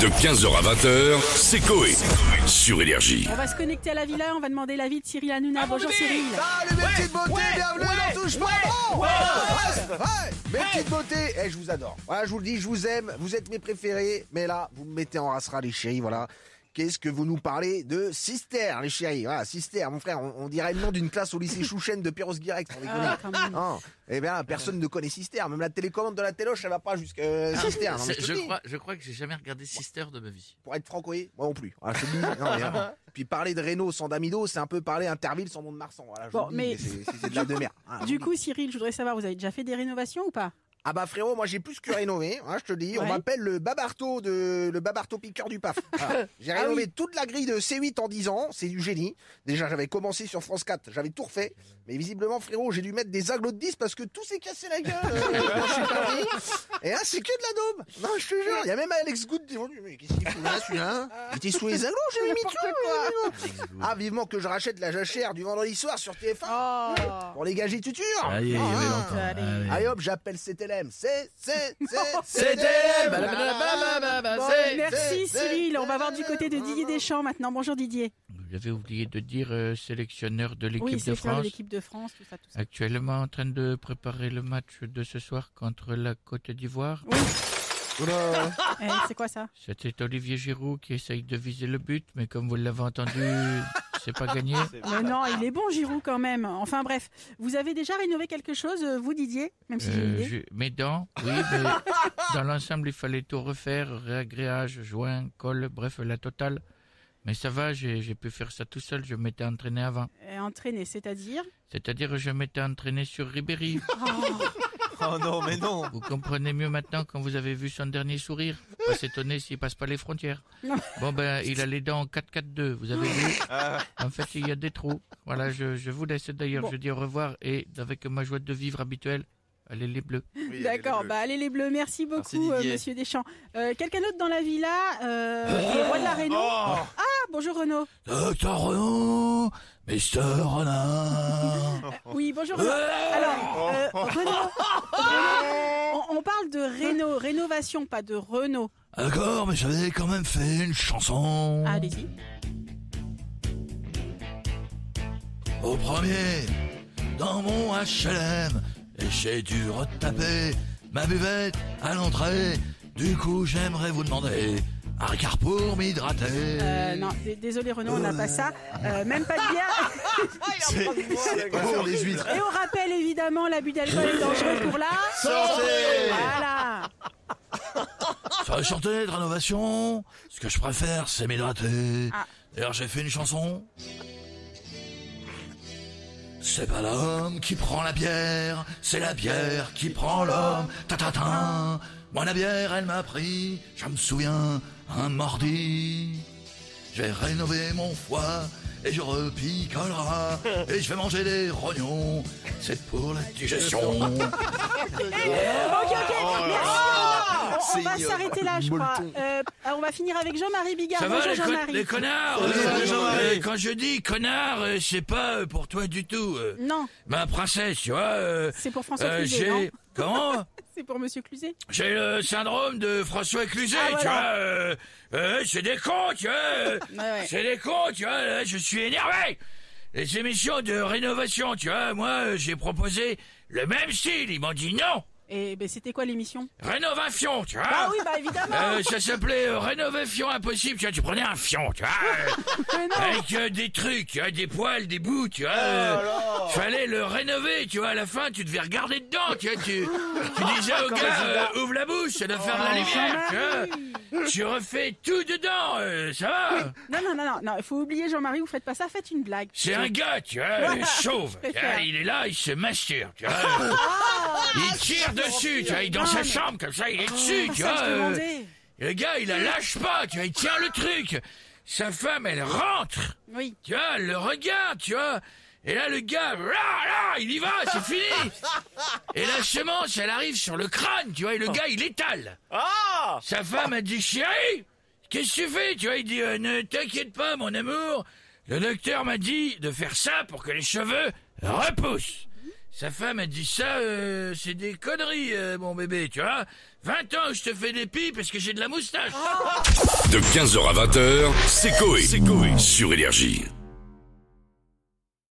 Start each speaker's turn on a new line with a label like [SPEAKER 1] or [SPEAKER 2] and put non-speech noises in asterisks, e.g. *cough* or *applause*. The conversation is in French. [SPEAKER 1] De 15h à 20h, c'est Coé. Sur Énergie.
[SPEAKER 2] On va se connecter à la villa, on va demander l'avis de Cyril Hanouna. Bonjour Cyril.
[SPEAKER 3] Salut mes petites beautés,
[SPEAKER 4] ouais,
[SPEAKER 3] bienvenue
[SPEAKER 4] ouais,
[SPEAKER 3] dans Touche pas
[SPEAKER 4] ouais,
[SPEAKER 3] bon
[SPEAKER 4] ouais,
[SPEAKER 3] Ouais, ouais, Mes petites beautés, eh, je vous adore. Voilà, je vous le dis, je vous aime, vous êtes mes préférés, mais là, vous me mettez en rassera les chéris, voilà. Qu'est-ce que vous nous parlez de Sister, les chéris Voilà, Sister, mon frère, on, on dirait le nom d'une classe au lycée Chouchen de Perros Guirec. sans déconner.
[SPEAKER 2] Ah, quand même.
[SPEAKER 3] Hein. Eh bien, personne ne connaît Sister, même la télécommande de la téloche, elle va pas jusqu'à euh, Sister. non, mais
[SPEAKER 5] Ah.
[SPEAKER 3] je
[SPEAKER 5] C'est-
[SPEAKER 3] te
[SPEAKER 5] je,
[SPEAKER 3] le dis.
[SPEAKER 5] crois, je crois que j'ai jamais regardé Sister de ma vie.
[SPEAKER 3] pour être franc, oui, moi non plus. Voilà, je te le dis. Non, mais,
[SPEAKER 5] *laughs*
[SPEAKER 3] euh, puis parler de Renault sans Damido, c'est un peu parler Interville sans Mont-de-Marsan. Voilà, je
[SPEAKER 2] Bon,
[SPEAKER 3] vous le dis,
[SPEAKER 2] mais-
[SPEAKER 3] mais c'est- c'est c'est de la demeure. Hein,
[SPEAKER 2] Du coup Cyril, je voudrais savoir, vous avez déjà fait des rénovations ou pas
[SPEAKER 3] Ah bah frérot, moi j'ai plus que rénové, hein, je te dis. On
[SPEAKER 2] Ouais.
[SPEAKER 3] m'appelle le babarto de le babarto piqueur du
[SPEAKER 2] *laughs*
[SPEAKER 3] paf. Voilà. J'ai
[SPEAKER 2] Ah
[SPEAKER 3] rénové toute la grille de C8 en 10 ans, c'est du génie. Déjà j'avais commencé sur France 4, j'avais tout refait, mais visiblement frérot, j'ai dû mettre des aglots de 10 parce que tout s'est cassé la gueule.
[SPEAKER 2] *laughs*
[SPEAKER 3] euh, quand je suis parti. Et là c'est que de la daube. Non, je te jure, il y a même Alex Good qui est venu, mais qu'est-ce qu'il fout là celui-là hein Il était sous les aglots, j'ai mis tout. euh, Ah vivement que je rachète la jachère du vendredi soir sur TF1
[SPEAKER 2] Ah.
[SPEAKER 3] pour les gages tutures.
[SPEAKER 5] Allez,
[SPEAKER 3] Ah,
[SPEAKER 5] ouais,
[SPEAKER 3] ah.
[SPEAKER 5] l'entend.
[SPEAKER 2] allez.
[SPEAKER 5] Allez.
[SPEAKER 3] Allez hop, j'appelle CTLM. C'est, c'est, c'est,
[SPEAKER 4] CTLM.
[SPEAKER 2] Bon,
[SPEAKER 4] c'est-
[SPEAKER 2] Merci
[SPEAKER 3] c'est-
[SPEAKER 2] Cyril, on va voir du côté de Didier Deschamps maintenant. Bonjour Didier.
[SPEAKER 5] Vous avez oublié de dire euh, sélectionneur de l'équipe
[SPEAKER 2] Oui,
[SPEAKER 5] de
[SPEAKER 2] c'est ça, de
[SPEAKER 5] France.
[SPEAKER 2] l'équipe de France, tout ça, tout ça.
[SPEAKER 5] Actuellement en train de préparer le match de ce soir contre la Côte d'Ivoire.
[SPEAKER 3] Oula.
[SPEAKER 2] Eh, c'est quoi ça
[SPEAKER 5] C'était Olivier Giroud qui essaye de viser le but, mais comme vous
[SPEAKER 2] *laughs*
[SPEAKER 5] l'avez entendu, c'est pas gagné.
[SPEAKER 2] Mais non, il est bon Giroud quand même. Enfin bref, vous avez déjà rénové quelque chose, euh, vous Didier Même si j'ai une
[SPEAKER 5] Euh,
[SPEAKER 2] idée.
[SPEAKER 5] je- mes dents, oui, mais dans l'ensemble, il fallait tout refaire, réagréage, joint, colle, bref, la totale. Mais ça va, j'ai j'ai pu faire ça tout seul, je m'étais entraîné avant.
[SPEAKER 2] Euh, Entraîner, c'est-à-dire
[SPEAKER 5] C'est-à-dire je m'étais entraîné sur
[SPEAKER 2] *laughs*
[SPEAKER 5] Ribéry.
[SPEAKER 4] Oh non, mais non.
[SPEAKER 5] Vous comprenez mieux maintenant quand vous avez vu son dernier sourire. Pas s'étonner s'il passe pas les frontières.
[SPEAKER 2] Non.
[SPEAKER 5] Bon ben, il a les dents en 4-4-2, vous avez vu.
[SPEAKER 4] Ah,
[SPEAKER 5] En fait, il y a des trous. Voilà, je, je vous laisse d'ailleurs,
[SPEAKER 2] Bon.
[SPEAKER 5] je dis au revoir et avec ma joie de vivre habituelle, allez les bleus.
[SPEAKER 2] D'accord, bah allez les bleus, merci beaucoup
[SPEAKER 4] Merci,
[SPEAKER 2] euh,
[SPEAKER 4] Didier.
[SPEAKER 2] monsieur Deschamps. Euh, Quelqu'un d'autre dans la villa euh, Le roi de la Réno
[SPEAKER 4] Oh.
[SPEAKER 2] Ah, bonjour Renaud.
[SPEAKER 5] Docteur Renaud
[SPEAKER 2] *laughs*
[SPEAKER 5] Mister Renard
[SPEAKER 2] Oui, bonjour Renaud. Alors, euh, Renaud, Renaud, on, on parle de Renault, rénovation, pas de Renault.
[SPEAKER 5] D'accord, mais j'avais quand même fait une chanson.
[SPEAKER 2] Allez-y.
[SPEAKER 5] Au premier, dans mon HLM, et j'ai dû retaper ma buvette à l'entrée. Du coup, j'aimerais vous demander un regard pour m'hydrater.
[SPEAKER 2] Euh, non, d- désolé Renaud, on n'a pas ça. Euh, même pas de bière.
[SPEAKER 3] C'est pas sur des huîtres.
[SPEAKER 2] Et on rappelle évidemment l'abus d'alcool est dangereux pour la Voilà.
[SPEAKER 5] Sur les chanter de rénovation, ce que je préfère, c'est m'hydrater.
[SPEAKER 2] Ah.
[SPEAKER 5] D'ailleurs, j'ai fait une chanson. C'est pas l'homme qui prend la bière, c'est la bière qui prend l'homme. Ta ta ta. Moi, la bière, elle m'a pris, je me souviens, un mardi. J'ai rénové mon foie et je repicolera et je vais manger des rognons. C'est pour la digestion.
[SPEAKER 2] Ok, ok, merci. On- On,
[SPEAKER 4] C'est
[SPEAKER 2] va
[SPEAKER 4] ignoble.
[SPEAKER 2] s'arrêter là, je crois. Euh, on va finir avec Jean-Marie Bigard.
[SPEAKER 5] Ça va,
[SPEAKER 2] Bonjour
[SPEAKER 5] les, con-
[SPEAKER 2] Jean-Marie.
[SPEAKER 5] les connards euh,
[SPEAKER 4] Salut, Jean-Marie.
[SPEAKER 5] euh, Quand je dis connard, euh, c'est pas euh, pour toi du tout. euh.
[SPEAKER 2] Non,
[SPEAKER 5] Ma princesse, tu vois, euh,
[SPEAKER 2] c'est pour François
[SPEAKER 5] euh,
[SPEAKER 2] Cluzet, non
[SPEAKER 5] j'ai...
[SPEAKER 2] *laughs*
[SPEAKER 5] Comment
[SPEAKER 2] C'est pour Monsieur Cluzet.
[SPEAKER 5] J'ai le syndrome de François Cluzet,
[SPEAKER 2] Ah,
[SPEAKER 5] tu
[SPEAKER 2] voilà.
[SPEAKER 5] vois. euh, euh, c'est des cons, tu vois.
[SPEAKER 2] *laughs*
[SPEAKER 5] euh,
[SPEAKER 2] ouais.
[SPEAKER 5] C'est des cons, tu vois. euh, je suis énervé. Les émissions de rénovation, tu vois, moi, euh, j'ai proposé le même style. Ils m'ont dit non.
[SPEAKER 2] Et ben, c'était quoi l'émission
[SPEAKER 5] Rénovation, tu vois.
[SPEAKER 2] Ah oui, bah évidemment.
[SPEAKER 5] Euh, ça s'appelait euh, Rénovation Impossible, tu vois, tu prenais un fion, tu vois,
[SPEAKER 2] *laughs*
[SPEAKER 5] euh, avec euh, des trucs, tu vois, des poils, des bouts,
[SPEAKER 2] Oh
[SPEAKER 5] tu vois, euh, fallait le rénover, tu vois, à la fin, tu devais regarder dedans, tu vois, tu, tu
[SPEAKER 2] *laughs*
[SPEAKER 5] disais au gars, euh, ouvre la bouche, ça doit
[SPEAKER 2] Oh.
[SPEAKER 5] faire de la lumière,
[SPEAKER 2] Ah, bah
[SPEAKER 5] tu vois, tu refais tout dedans, euh, ça va,
[SPEAKER 2] Non, non, non, non, non, il faut oublier Jean-Marie, vous faites pas ça, faites une blague.
[SPEAKER 5] c'est un gars, tu vois, euh,
[SPEAKER 2] *laughs*
[SPEAKER 5] chauve,
[SPEAKER 2] je
[SPEAKER 5] tu vois,
[SPEAKER 2] préfère.
[SPEAKER 5] il est là, il se masture, tu vois, euh,
[SPEAKER 2] Ah,
[SPEAKER 5] il tire dessus, tu vois, il est dans sa chambre, comme ça, il est dessus, tu
[SPEAKER 2] Ça,
[SPEAKER 5] vois,
[SPEAKER 2] je
[SPEAKER 5] euh,
[SPEAKER 2] demandais.
[SPEAKER 5] Le gars, il la lâche pas, tu vois, il tient le truc. Sa femme, elle rentre,
[SPEAKER 2] Oui.
[SPEAKER 5] tu vois, elle le regarde, tu vois. Et là, le gars, là, là, il y va, c'est fini. Et la semence, elle arrive sur le crâne, tu vois, et le gars, il étale.
[SPEAKER 4] Ah
[SPEAKER 5] Sa femme, elle dit, chérie, qu'est-ce que tu fais, tu vois, il dit, euh, ne t'inquiète pas, mon amour. Le docteur m'a dit de faire ça pour que les cheveux repoussent. Sa femme a dit ça, euh, c'est des conneries, euh, mon bébé, tu vois. 20 ans, je te fais des pis parce que j'ai de la moustache.
[SPEAKER 1] De 15h à 20h, c'est Coé. Sur Énergie.